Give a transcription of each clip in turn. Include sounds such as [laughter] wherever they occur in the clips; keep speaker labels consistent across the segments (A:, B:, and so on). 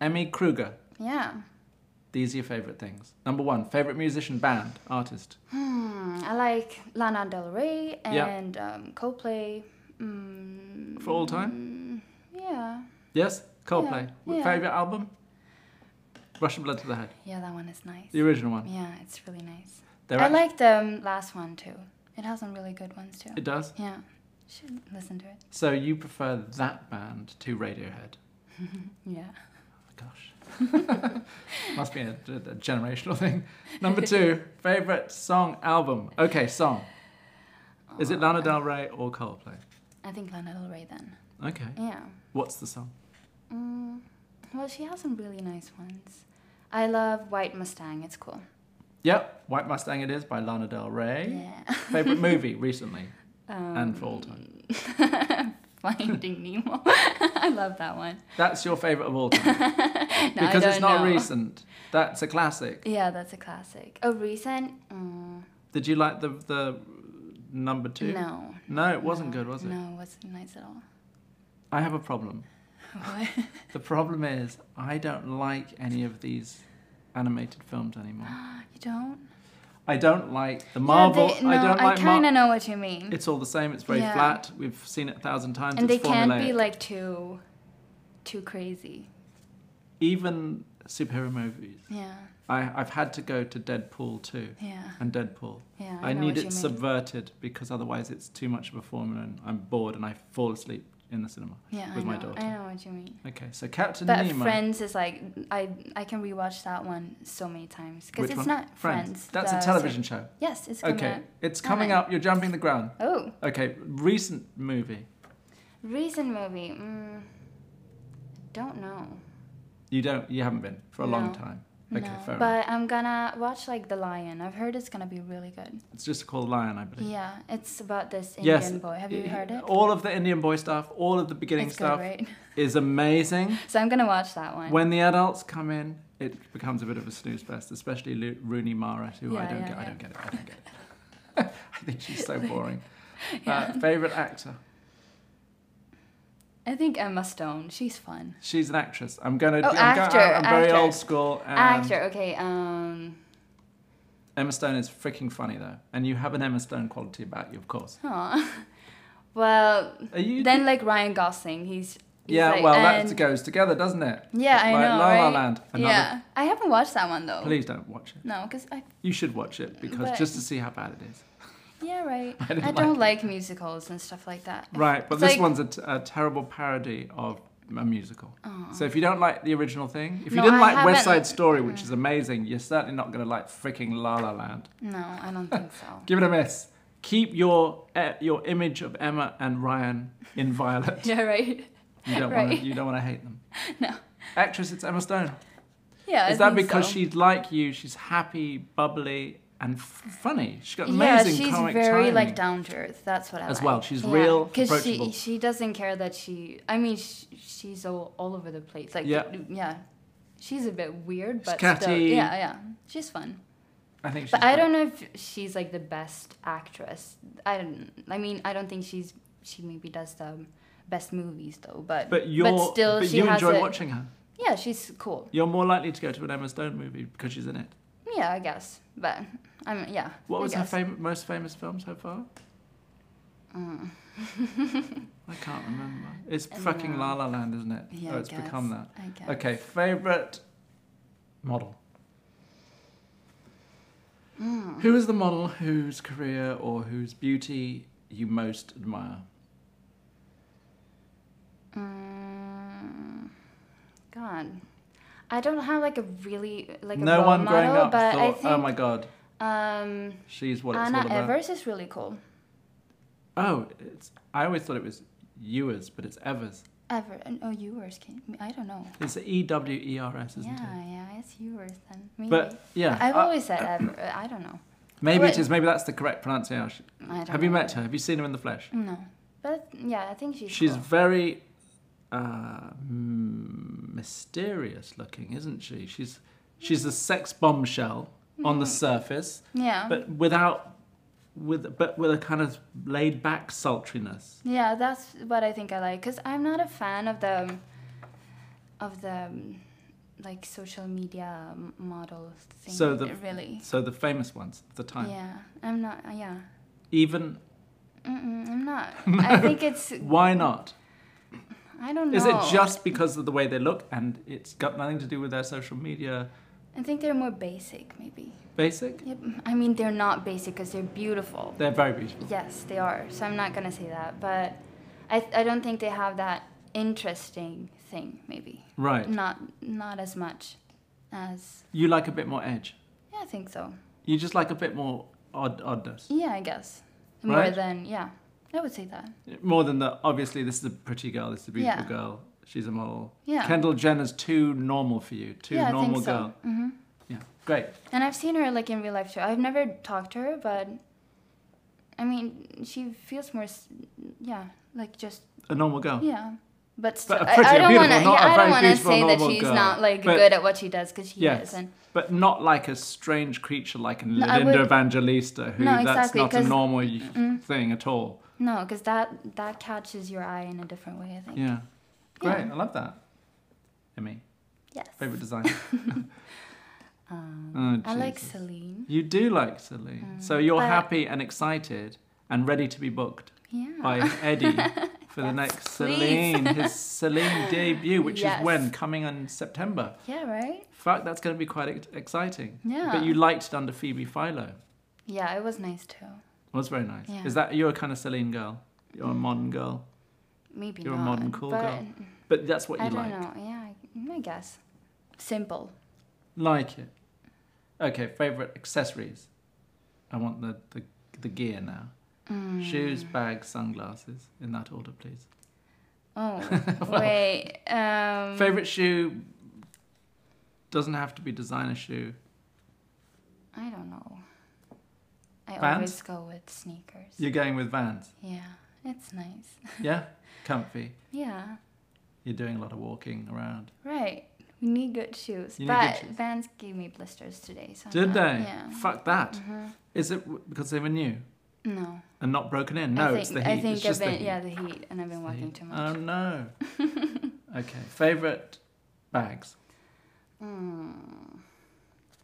A: Emmy Kruger.
B: Yeah.
A: These are your favorite things. Number one, favorite musician, band, artist.
B: Hmm. I like Lana Del Rey
A: Yeah.
B: and um, Coldplay. Mm,
A: For all time?
B: yeah.
A: Yes, Coldplay.
B: Yeah, yeah.
A: Favorite album? Russian Blood to the Head.
B: Yeah, that one is nice.
A: The original one.
B: Yeah, it's really nice.
A: They're
B: I
A: act-
B: like the um, last one too. It has some really good ones too.
A: It does.
B: yeah. Should listen to it. [laughs]
A: So you prefer that band to Radiohead? Oh
B: Yeah.
A: Gosh.
B: [laughs]
A: Must be a, a generational thing. Number two, favorite song, album. Okay, song. Is it Lana Del Rey or Coldplay?
B: I think Lana Del Rey then.
A: Okay.
B: Yeah.
A: What's the song?
B: Mm, well, she has some really nice ones. I love White Mustang. It's cool.
A: Yep, White Mustang It Is by Lana Del Rey.
B: Yeah. [laughs]
A: Favorite movie recently
B: Um,
A: and for all time.
B: [laughs] Finding Nemo. [laughs] I love that one. [laughs]
A: That's your favorite of all time
B: No, I
A: because it's
B: don't
A: not
B: know.
A: recent. That's a classic.
B: Yeah, that's a classic. Oh, recent? Mm,
A: Did you like the the number two?
B: no.
A: No, it wasn't
B: No,
A: good, was it?
B: No, it wasn't nice at all. [laughs]
A: I have a problem.
B: What?
A: The problem is I don't like any of these animated films anymore.
B: [gasps] you don't?
A: I don't like the Marvel.
B: Yeah, they, no,
A: I don't like Mar-
B: kind of know what you mean.
A: It's all the same. It's very
B: Yeah.
A: flat. We've seen it a thousand times.
B: and they
A: it's
B: can't
A: formulaic.
B: be like too, too crazy.
A: even superhero movies.
B: Yeah,
A: I, I've had to go to Deadpool too,
B: yeah,
A: and Deadpool.
B: yeah.
A: I,
B: know
A: need
B: what you
A: it
B: mean.
A: subverted because otherwise it's too much of a formula, and I'm bored and I fall asleep in the cinema.
B: yeah,
A: with
B: I
A: my
B: know,
A: daughter.
B: I know what you mean.
A: Okay, so Captain
B: But
A: Nemo.
B: Friends is like I I can rewatch that one so many times because
A: Which
B: it's
A: one?
B: not Friends.
A: That's
B: the
A: a
B: se-
A: television show.
B: Yes, it's coming
A: Okay,
B: out.
A: it's coming
B: Alright.
A: up. You're jumping the ground.
B: Oh,
A: Okay, recent movie.
B: recent movie. Mm, don't know.
A: You don't. You haven't been for a long
B: No.
A: time. Okay,
B: no.
A: fair enough.
B: but I'm gonna watch like The Lion. I've heard it's gonna be really good.
A: It's just called Lion, I believe.
B: Yeah, it's about this Indian
A: Yes,
B: boy. Have you
A: He-
B: heard it?
A: All of the Indian boy stuff, all of the beginning
B: it's
A: stuff
B: good, right? [laughs]
A: is amazing.
B: So I'm gonna watch that one.
A: When the adults come in, it becomes a bit of a snooze fest, especially Lo- Rooney Mara, who I
B: Yeah,
A: don't
B: yeah,
A: get. I
B: yeah.
A: don't get it. I don't get it. [laughs] I think she's
B: [laughs]
A: so boring.
B: Yeah.
A: Uh, favorite actor?
B: I think Emma Stone. She's fun.
A: She's an actress. I'm gonna.
B: Oh,
A: I'm,
B: actor,
A: Go, I'm very
B: actor.
A: old school. And
B: Actor. Okay. Um.
A: Emma Stone is freaking funny though, and you have an Emma Stone quality about you, of course.
B: Huh. [laughs] Well,
A: Are you?
B: then like Ryan Gosling. He's. he's
A: yeah.
B: like-
A: well,
B: and-
A: that goes together, doesn't it?
B: Yeah, I
A: like
B: know.
A: La La
B: right?
A: Land. Another,
B: Yeah, I haven't watched that one though.
A: Please don't watch it.
B: No, because I.
A: You should watch it because
B: But-
A: just to see how bad it is. [laughs]
B: Yeah, right.
A: I
B: I,
A: didn't
B: don't like musicals and stuff like that.
A: Right, but
B: It's
A: this
B: like-
A: one's a, t- a terrible parody of a musical.
B: Oh.
A: So if you don't like the original thing, if you
B: No,
A: didn't
B: I
A: like West
B: haven't-
A: Side Story, which is amazing, you're certainly not going to like freaking La La Land.
B: No, I don't think
A: [laughs]
B: so. [laughs]
A: Give it a miss. Keep your eh, your image of Emma and Ryan inviolate.
B: yeah, right.
A: You don't want
B: Right.
A: to you don't want to hate them.
B: No.
A: Actress, it's Emma Stone.
B: Yeah. I
A: Is that
B: think
A: because
B: so.
A: she's like you? She's happy, bubbly, and f- funny. She's got
B: Yeah,
A: amazing
B: she's
A: comic
B: very
A: timing.
B: like down to earth. That's what I
A: As
B: like.
A: well, she's real,
B: because
A: approachable.
B: she she doesn't care that she. I mean, she, she's all all over the place. Like
A: Yeah.
B: yeah. She's a bit weird, but still,
A: catty.
B: yeah, yeah, she's fun.
A: I think. She's
B: But I
A: great.
B: don't know if she's like the best actress. I don't. I mean, I don't think she's. She maybe does the best movies though. But
A: But you're. But,
B: still, she
A: you
B: has
A: enjoy
B: a-
A: watching her.
B: yeah, she's cool.
A: You're more likely to go to an Emma Stone movie because she's in it.
B: Yeah, I guess. But I mean, yeah.
A: What
B: I
A: was her
B: guess.
A: fam- most famous film so far?
B: Uh,
A: I can't remember. It's
B: I
A: fucking
B: dunno.
A: La La Land, isn't it?
B: Yeah,
A: oh,
B: I
A: it's become
B: guess.
A: that.
B: [laughs] I guess.
A: Okay, favorite model.
B: Hmm.
A: Who is the model whose career or whose beauty you most admire?
B: Mm, God, I don't have like a really like a
A: no
B: role
A: one
B: model,
A: growing up
B: but
A: thought,
B: I think
A: "Oh my god,
B: um,
A: she's what it's all
B: Anna
A: about."
B: Evers is really cool.
A: Oh, it's. I always thought it was Ewers, but it's Evers.
B: Ever oh Ewers can I don't know.
A: It's E W E R S, isn't
B: yeah,
A: it?
B: yeah, it's Ewers then. Maybe.
A: But yeah, uh,
B: I've
A: I-
B: always said Ever. I don't know.
A: Maybe it
B: Wait.
A: is. Maybe that's the correct pronunciation.
B: I don't
A: Have you
B: know.
A: met her? Have you seen her in the flesh?
B: No, but yeah, I think she's.
A: She's
B: cool.
A: very uh, mm, mysterious looking, isn't she? She's she's a sex bombshell on the
B: Mm-hmm.
A: surface,
B: yeah.
A: but without with but with a kind of laid back sultriness.
B: yeah, that's what I think I like. Cause I'm not a fan of the, of the, like social media m- model thing.
A: So the-
B: really.
A: So the famous ones at the time.
B: Yeah, I'm not. Yeah,
A: Even
B: Mm-mm,
A: [laughs]
B: I'm not. I think it's.
A: why not?
B: I don't know.
A: Is it just because of the way they look and it's got nothing to do with their social media
B: I think they're more basic, maybe.
A: basic?
B: Yep. I mean, they're not basic because they're beautiful.
A: They're very beautiful.
B: Yes, they are. So I'm not gonna say that, but I I don't think they have that interesting thing. Maybe
A: Right.
B: not not as much as
A: You like a bit more edge.
B: yeah. I think so.
A: You just like a bit more odd oddness.
B: Yeah, I guess more
A: Right?
B: than yeah. I would say that.
A: More than the obviously this is a pretty girl, this is a beautiful
B: Yeah.
A: girl, she's a model.
B: Yeah.
A: Kendall Jenner's too normal for you, too
B: yeah, I
A: normal
B: think so.
A: girl.
B: hmm
A: Yeah. Great.
B: And I've seen her like in real life too. I've never talked to her, but I mean, she feels more, s- yeah, like just
A: A normal girl.
B: yeah. But, still,
A: a
B: I,
A: pretty,
B: I
A: a
B: don't
A: beautiful,
B: want to.
A: not a
B: Yeah,
A: very
B: I don't want to
A: beautiful,
B: say that
A: normal
B: she's
A: girl.
B: not like
A: But-
B: good at what she does because she
A: Yes.
B: is, and
A: But not like a strange creature like in
B: No, I
A: Linda
B: would-
A: Evangelista, who
B: No,
A: that's
B: exactly,
A: not a
B: 'cause-
A: normal y-
B: Mm-mm.
A: thing at all.
B: no, because that that catches your eye in a different way. I think.
A: Yeah.
B: Yeah.
A: Great. I love that. Emmy,
B: Yes.
A: favorite
B: [laughs]
A: designer.
B: Um,
A: Oh,
B: I like
A: Jesus.
B: Celine.
A: You do like Celine. so
B: Mm,
A: you're
B: but-
A: happy and excited and ready to be booked
B: Yeah.
A: by
B: [laughs]
A: Eddie for the next
B: please.
A: Celine, his Celine
B: [laughs]
A: debut, which is
B: Yes.
A: when? Coming in September.
B: yeah. Right.
A: Fuck, that's going to be quite ex- exciting.
B: Yeah.
A: But you liked it under Phoebe Philo.
B: Yeah, it was nice too.
A: It was very nice.
B: Yeah. Mm.
A: Is that you're a kind of Celine girl? You're a modern girl,
B: Maybe
A: You're a
B: not.
A: modern cool
B: but
A: girl. but that's what you
B: I don't
A: like.
B: know. Yeah, I, I guess simple.
A: Like it. Okay, favorite accessories. I want the the, the gear now.
B: Mm.
A: Shoes, bags, sunglasses. In that order, please. [laughs]
B: Oh, wait. Um,
A: Favorite shoe doesn't have to be designer shoe.
B: I don't know. I
A: Vans?
B: always go with sneakers.
A: You're going with Vans,
B: Yeah, it's nice.
A: yeah? Comfy.
B: Yeah,
A: You're doing a lot of walking around.
B: right. We need good shoes.
A: You need
B: but
A: good shoes.
B: Vans gave me blisters today. So I'm
A: Did
B: not-
A: they?
B: Yeah.
A: Fuck that.
B: Mhm.
A: Is it w- because they were new
B: No.
A: and not broken in?
B: I
A: No,
B: think,
A: it's the heat.
B: I think
A: it's just
B: I've
A: the
B: been,
A: heat.
B: yeah, the heat, and I've been
A: It's the
B: walking
A: heat.
B: too
A: Oh
B: much. [laughs]
A: no. okay. Favorite bags.
B: Mm.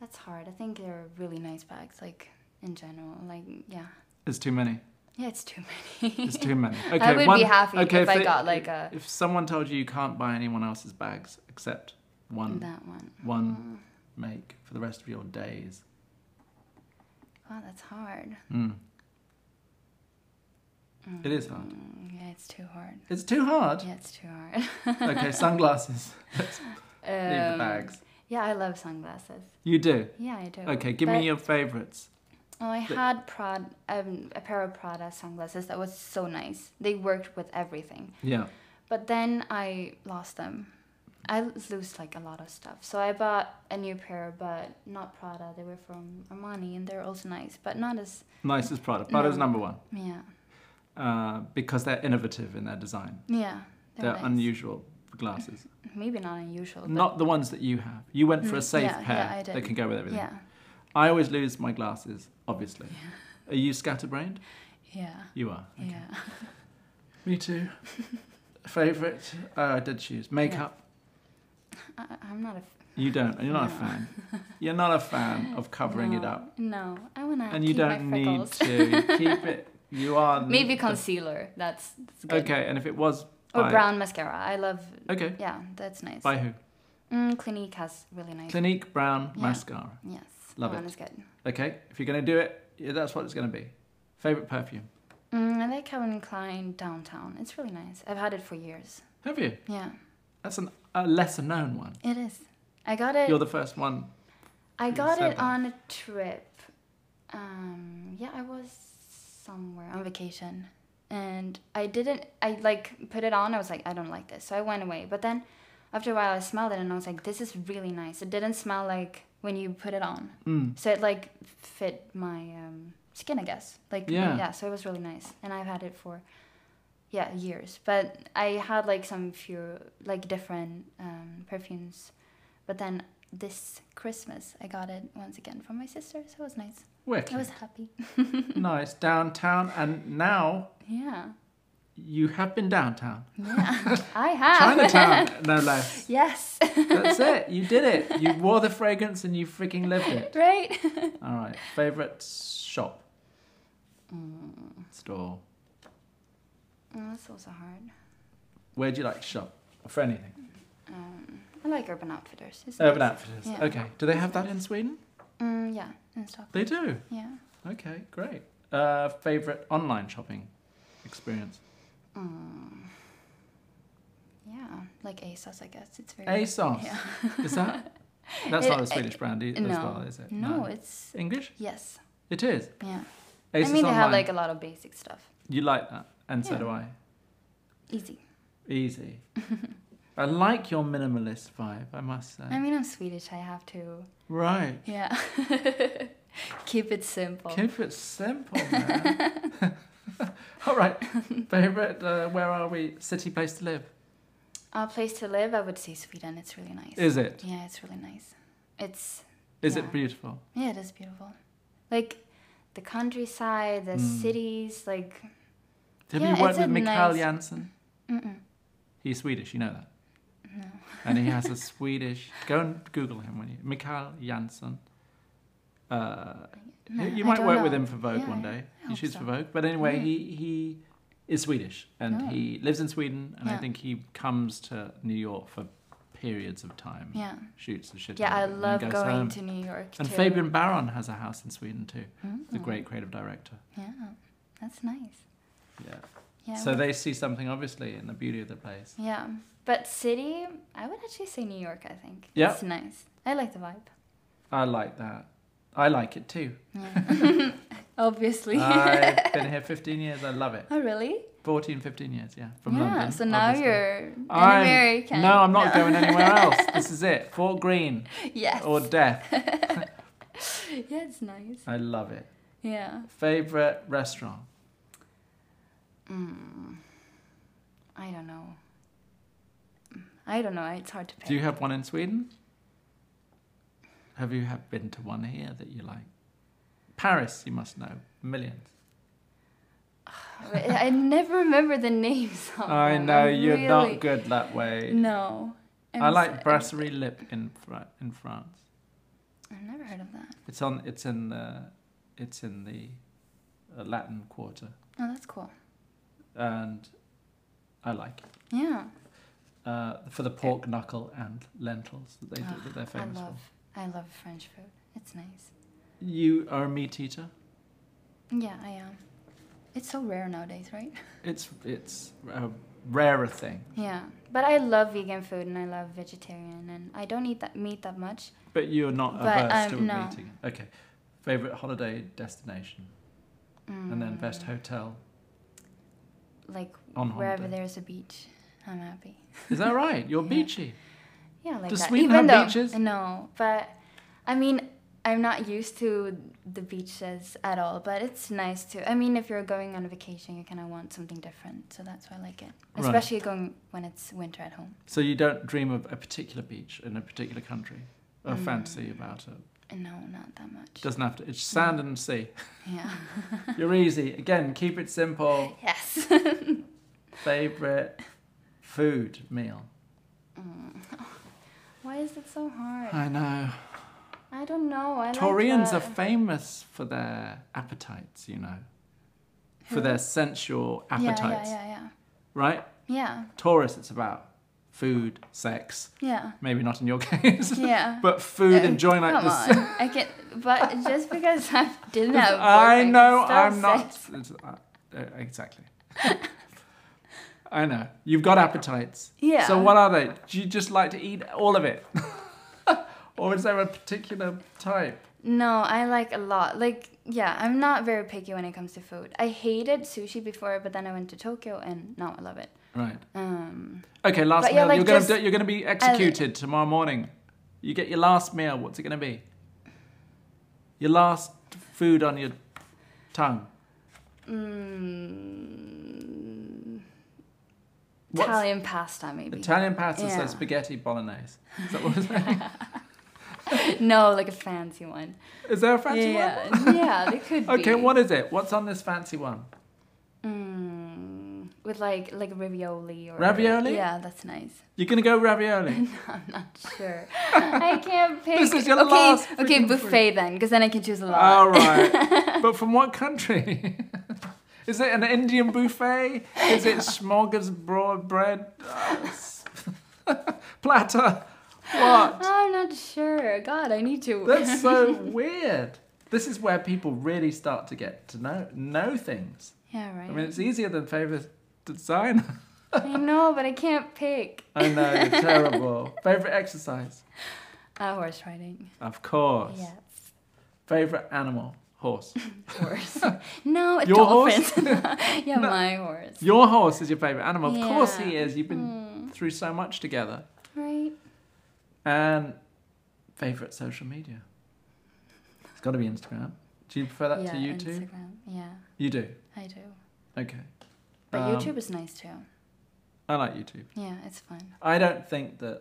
B: That's hard. I think they're really nice bags, like in general. Like, yeah.
A: There's too many.
B: Yeah, it's too [laughs] many.
A: It's too many. Okay,
B: [laughs] I would
A: one,
B: be happy
A: okay,
B: if I
A: they-
B: got like a
A: If someone told you you can't buy anyone else's bags except one
B: that one.
A: one
B: Mm.
A: make for the rest of your days.
B: Wow, Oh, that's hard.
A: Mm. It is hard.
B: Mm, Yeah, it's too hard.
A: It's too hard.
B: Yeah, it's too hard. [laughs]
A: okay, sunglasses. Leave the
B: Um,
A: bags.
B: Yeah, I love sunglasses.
A: You do.
B: Yeah, I do.
A: Okay, give
B: But-
A: me your favorites.
B: Oh, I
A: the-
B: had Prada, um, a pair of Prada sunglasses that was so nice. They worked with everything.
A: Yeah.
B: But then I lost them. I l- lose like a lot of stuff. So I bought a new pair, but not Prada. They were from Armani, and they're also nice, but not as
A: Nicest Prada. Prada's
B: No.
A: number one
B: yeah,
A: uh, because they're innovative in their design.
B: yeah.
A: They're
B: nice.
A: unusual glasses.
B: Maybe not unusual. But
A: Not the ones that you have. You went for a
B: Mm,
A: safe
B: yeah, yeah,
A: pair
B: I did.
A: that can go with everything.
B: yeah,
A: I always lose my glasses, obviously. Are you scatterbrained?
B: yeah,
A: You are. okay.
B: yeah. [laughs]
A: Me too. Favorite? Oh, I did choose makeup.
B: I, I'm not a
A: You don't. You're not a
B: No. [laughs]
A: fan. You're not a fan of covering it
B: No,
A: up,
B: No, I wanna.
A: and you
B: keep
A: don't
B: my
A: need
B: freckles.
A: to keep it. You are
B: [laughs] Maybe
A: the-
B: concealer. That's, that's good.
A: Okay, and if it was
B: Or
A: by,
B: brown mascara. I love.
A: Okay,
B: Yeah, that's nice.
A: by who?
B: Mm, Clinique has really nice.
A: Clinique Brown
B: Yeah.
A: mascara.
B: yes.
A: Love
B: that one
A: it.
B: is good.
A: Okay, if you're gonna do it, yeah, that's what it's gonna be. Favorite perfume?
B: Mm, I like Calvin Klein Downtown. It's really nice. I've had it for years.
A: Have you?
B: Yeah,
A: That's an, a lesser known one.
B: it is. I got it.
A: You're the first one.
B: I
A: you
B: got
A: said
B: it
A: that.
B: on a trip. Um, yeah, I was somewhere on vacation, and I didn't. I like put it on. I was like, I don't like this, so I went away. But then, after a while, I smelled it, and I was like, this is really nice. It didn't smell like when you put it on,
A: Mm.
B: so it like fit my um, skin, I guess. Like
A: Yeah.
B: so it was really nice, and I've had it for yeah years. But I had like some few like different um, perfumes, but then this Christmas I got it once again from my sister, so it was [laughs] nice.
A: [laughs] Wicked.
B: I was happy.
A: nice downtown, and now
B: Yeah.
A: you have been downtown, [laughs]
B: Yeah, I have.
A: Chinatown, no less.
B: [laughs] yes. [laughs]
A: That's it. You did it. You wore the fragrance and you freaking lived it.
B: Right?
A: All right. Favorite shop,
B: Mm.
A: store.
B: Oh, that's also hard.
A: Where do you like to shop for anything?
B: Um, I like Urban Outfitters. It's
A: Urban
B: nice.
A: Outfitters.
B: Yeah.
A: Okay. Do they have that in Sweden?
B: Mm, yeah, in Stockholm.
A: They do.
B: Yeah.
A: Okay. Great. Uh, favorite online shopping experience.
B: Mm. Yeah, like ASOS, I guess. It's very.
A: ASOS.
B: Yeah.
A: Is that?
B: [laughs]
A: That's
B: It-
A: not a
B: it-
A: Swedish brand e- as
B: no.
A: well, is it?
B: No, it's.
A: English.
B: Yes.
A: It is.
B: Yeah.
A: ASOS
B: I mean, they
A: online.
B: have like a lot of basic stuff.
A: You like that, and so
B: Yeah.
A: do I.
B: Easy. [laughs]
A: Easy. I like your minimalist vibe, I must say.
B: I mean, I'm Swedish. I have to.
A: right.
B: Yeah. [laughs] Keep it simple.
A: Keep it
B: [laughs]
A: simple, man. [laughs] All right. Favorite, uh, where are we? City place to live.
B: A place to live, I would say Sweden. It's really nice.
A: Is it?
B: yeah, it's really nice. It's
A: Is
B: Yeah.
A: it beautiful?
B: yeah, it is beautiful. Like the countryside, the
A: Mm.
B: cities, like
A: Have
B: Yeah,
A: you worked
B: it's
A: with
B: a
A: Mikael
B: nice-
A: Janssen?
B: mm-mm.
A: He's Swedish, you know that. and he has a Swedish. Go and Google him when you. Mikael Janssen. Uh,
B: No,
A: you- you
B: I
A: might
B: don't
A: work with
B: know.
A: him for Vogue
B: Yeah,
A: one
B: I-
A: day.
B: I
A: He
B: hope
A: shoots
B: so.
A: for Vogue. But anyway,
B: Yeah.
A: he, he is Swedish and
B: Oh.
A: he lives in Sweden. And I
B: Yeah.
A: think he comes to New York for periods of time.
B: Yeah.
A: Shoots the shit.
B: Yeah,
A: out
B: I
A: of it and then
B: love
A: goes
B: going
A: home.
B: to New York.
A: And
B: too.
A: Fabian Baron has a house in Sweden too. The
B: Mm.
A: great creative director.
B: Yeah, that's nice.
A: Yeah.
B: Yeah.
A: so
B: we-
A: they see something obviously in the beauty of the place.
B: yeah, but city, I would actually say New York. I think.
A: Yeah.
B: It's nice. I like the vibe.
A: I like that. I like it
B: [laughs]
A: too. [laughs]
B: Yeah. Obviously.
A: I've been here 15 years. I love it.
B: [laughs] oh really?
A: 14, 15 years, yeah, from
B: yeah.
A: London.
B: so now
A: obviously.
B: you're an
A: I'm-
B: American.
A: No, I'm not going
B: [laughs]
A: anywhere else. This is it. Fort Greene
B: yes.
A: or death.
B: [laughs] yeah, it's nice.
A: I love it.
B: Yeah.
A: Favorite restaurant?
B: Mm. I don't know. Mm, I don't know. It's hard to pick.
A: Do you have one in Sweden? Have you have been to one here that you like? Paris, you must know. Millions.
B: I I never remember the [laughs] names. Of
A: I
B: them.
A: know
B: Oh, I'm
A: you're
B: really-
A: not good that way.
B: No. I'm
A: I
B: s-
A: like
B: I'm-
A: Brasserie Lip in Fra- in France.
B: I've never heard of that.
A: It's on. It's in the. It's in the uh, Latin Quarter,
B: Oh, that's cool.
A: and I like it
B: Yeah.
A: uh, for the pork knuckle and lentils that they do,
B: Ah,
A: that they're famous
B: I
A: for.
B: love, I love French food. It's nice.
A: You are a meat eater.
B: Yeah, I am. It's so rare nowadays, right?
A: It's it's a rarer thing,
B: Yeah. But I love vegan food and I love vegetarian and I don't eat that meat that much.
A: but you're not
B: But,
A: averse
B: um,
A: to
B: no.
A: meat eating. Okay, favorite holiday destination, and then best
B: Mm,
A: hotel.
B: Like
A: on
B: wherever
A: holiday.
B: there's a beach, I'm happy.
A: Is that right? You're
B: [laughs] Yeah.
A: beachy.
B: Yeah, like
A: Does
B: that.
A: Sweden
B: Even
A: have
B: though,
A: beaches?
B: No, but I mean, I'm not used to the beaches at all. But it's nice to. I mean, if you're going on a vacation, you kind of want something different. So that's why I like it,
A: Right.
B: especially going when it's winter at home.
A: So you don't dream of a particular beach in a particular country, or
B: Mm.
A: fantasy about it.
B: And No, not that much.
A: Doesn't have to. It's
B: Mm.
A: sand and sea. [laughs]
B: yeah. [laughs]
A: You're easy. Again, keep it simple.
B: yes. [laughs]
A: Favorite food meal.
B: Mm. Why is it so hard?
A: I know.
B: I don't know. I
A: Taurians are
B: like, uh,
A: famous for their appetites. You know, for
B: Who?
A: their sensual
B: yeah,
A: appetites.
B: Yeah, yeah,
A: Right?
B: yeah,
A: Taurus, it's about food, sex.
B: yeah,
A: Maybe not in your [laughs] case,
B: yeah, yeah.
A: but food
B: Uh,
A: and joy like
B: Come
A: this.
B: [laughs] on, I can. But just because
A: [laughs]
B: I didn't have. a
A: I
B: boyfriend,
A: know
B: it's still
A: I'm not.
B: sex.
A: it's- uh, [laughs] uh, exactly. [laughs] I know. You've got appetites.
B: Yeah.
A: So what are they? Do you just like to eat all of it? [laughs] or is there a particular type?
B: No, I like a lot. Like, yeah, I'm not very picky when it comes to food. I hated sushi before, but then I went to Tokyo and now I love it.
A: Right.
B: Um,
A: Okay, last
B: But yeah,
A: meal.
B: like
A: you're gonna
B: just-
A: do, you're gonna be executed tomorrow morning. You get your last meal. What's it gonna be? Your last food on your tongue.
B: mm,
A: What's-
B: Italian pasta, maybe.
A: Italian pasta, so
B: Yeah.
A: spaghetti bolognese. Is that what it's
B: [laughs] no, like a fancy one.
A: Is there a fancy one? [laughs]
B: [laughs] yeah, yeah, they could be.
A: Okay, what is it? What's on this fancy one?
B: Mm, with like like ravioli or
A: Ravioli?
B: Yeah, that's nice.
A: [laughs] You're gonna go
B: [laughs]
A: ravioli.
B: I'm not sure. I can't pick.
A: This is your
B: okay,
A: last
B: okay,
A: freaking
B: buffet then, because then I can choose a lot.
A: All
B: [laughs]
A: right. but from what country? [laughs] Is it an Indian buffet? Is it smorgasbroad
B: [laughs]
A: bread uh, s- platter? What?
B: [laughs] I'm not sure. God, I need to.
A: That's
B: [laughs]
A: so weird. This is where people really start to get to know know things.
B: yeah, right.
A: I mean, it's easier than favorite designer.
B: I know, but I can't pick.
A: I know,
B: [laughs]
A: you're terrible. Favorite exercise,
B: Uh, horse riding.
A: of course.
B: Yes,
A: Favorite animal, horse.
B: horse. [laughs] no, it's
A: Your horse?
B: dolphins.
A: [laughs]
B: [laughs] yeah,
A: No.
B: my horse.
A: Your horse is your favorite animal. Of course he
B: Yeah.
A: is. You've been
B: Mm,
A: through so much together.
B: right.
A: And favorite social media. It's got to be Instagram. Do you prefer that
B: yeah,
A: to YouTube?
B: Instagram. Yeah,
A: You do.
B: I do.
A: Okay.
B: But
A: Um,
B: YouTube is nice too.
A: I like YouTube.
B: Yeah, it's fun.
A: I don't think that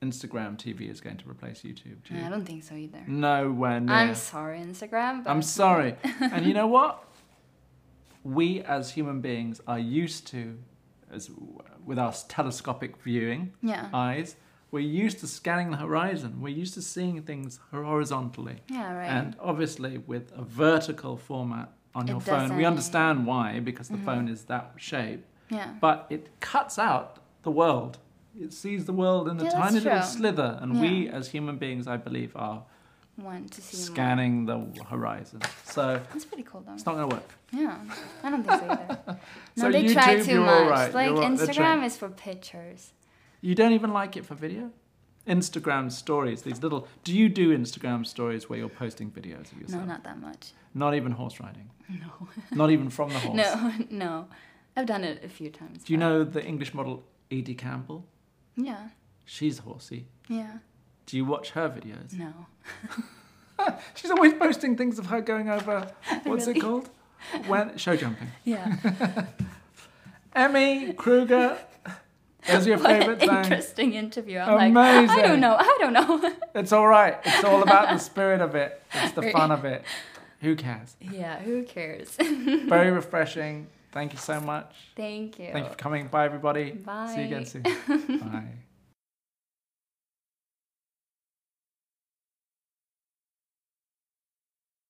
A: Instagram TV is going to replace YouTube. Do you?
B: I don't think so either.
A: Nowhere near.
B: I'm sorry, Instagram. But
A: I'm
B: [laughs]
A: sorry. and you know what? We as human beings are used to, as with our telescopic viewing
B: Yeah.
A: eyes, we're used to scanning the horizon. We're used to seeing things horizontally.
B: yeah, right.
A: And obviously, with a vertical format on
B: It
A: your phone, we
B: doesn't- Mm-hmm.
A: understand why because the phone is that shape.
B: yeah.
A: But it cuts out the world. It sees the world in a
B: Yeah, that's
A: tiny little
B: true.
A: slither, and
B: Yeah.
A: we as human beings, I believe, are
B: Want to see more.
A: scanning the horizon. So
B: That's pretty cool though.
A: it's not going to work.
B: Yeah, I don't think so
A: [laughs]
B: either. No,
A: So
B: they try
A: YouTube,
B: too
A: you're
B: much.
A: alright,
B: Like
A: you're al- they're trying.
B: Instagram is for pictures.
A: You don't even like it for video. Instagram stories, these little. Do you do Instagram stories where you're posting videos of yourself?
B: No, not that much. [laughs]
A: Not even horse riding.
B: No,
A: Not even from the horse.
B: [laughs] no, no. I've done it a few times.
A: Do you
B: but-
A: know the English model Edie Campbell?
B: Yeah,
A: She's horsey.
B: yeah.
A: Do you watch her videos?
B: No,
A: She's always posting things of her going
B: [laughs]
A: over. [laughs] What's
B: Really?
A: it called? When show jumping.
B: yeah.
A: Emmy
B: [laughs]
A: Kruger. Those are [laughs] your
B: What
A: favourite
B: an
A: things.
B: interesting interview. I'm like, I
A: Amazing.
B: don't know. I don't know. [laughs]
A: It's all right. It's all about the spirit of it. It's the fun of it. Who cares?
B: yeah, who cares?
A: Very
B: [laughs]
A: refreshing. Thank you so much.
B: Thank you.
A: Thank you for coming. Bye, everybody. See you again
B: Bye. [laughs]
A: soon. Bye.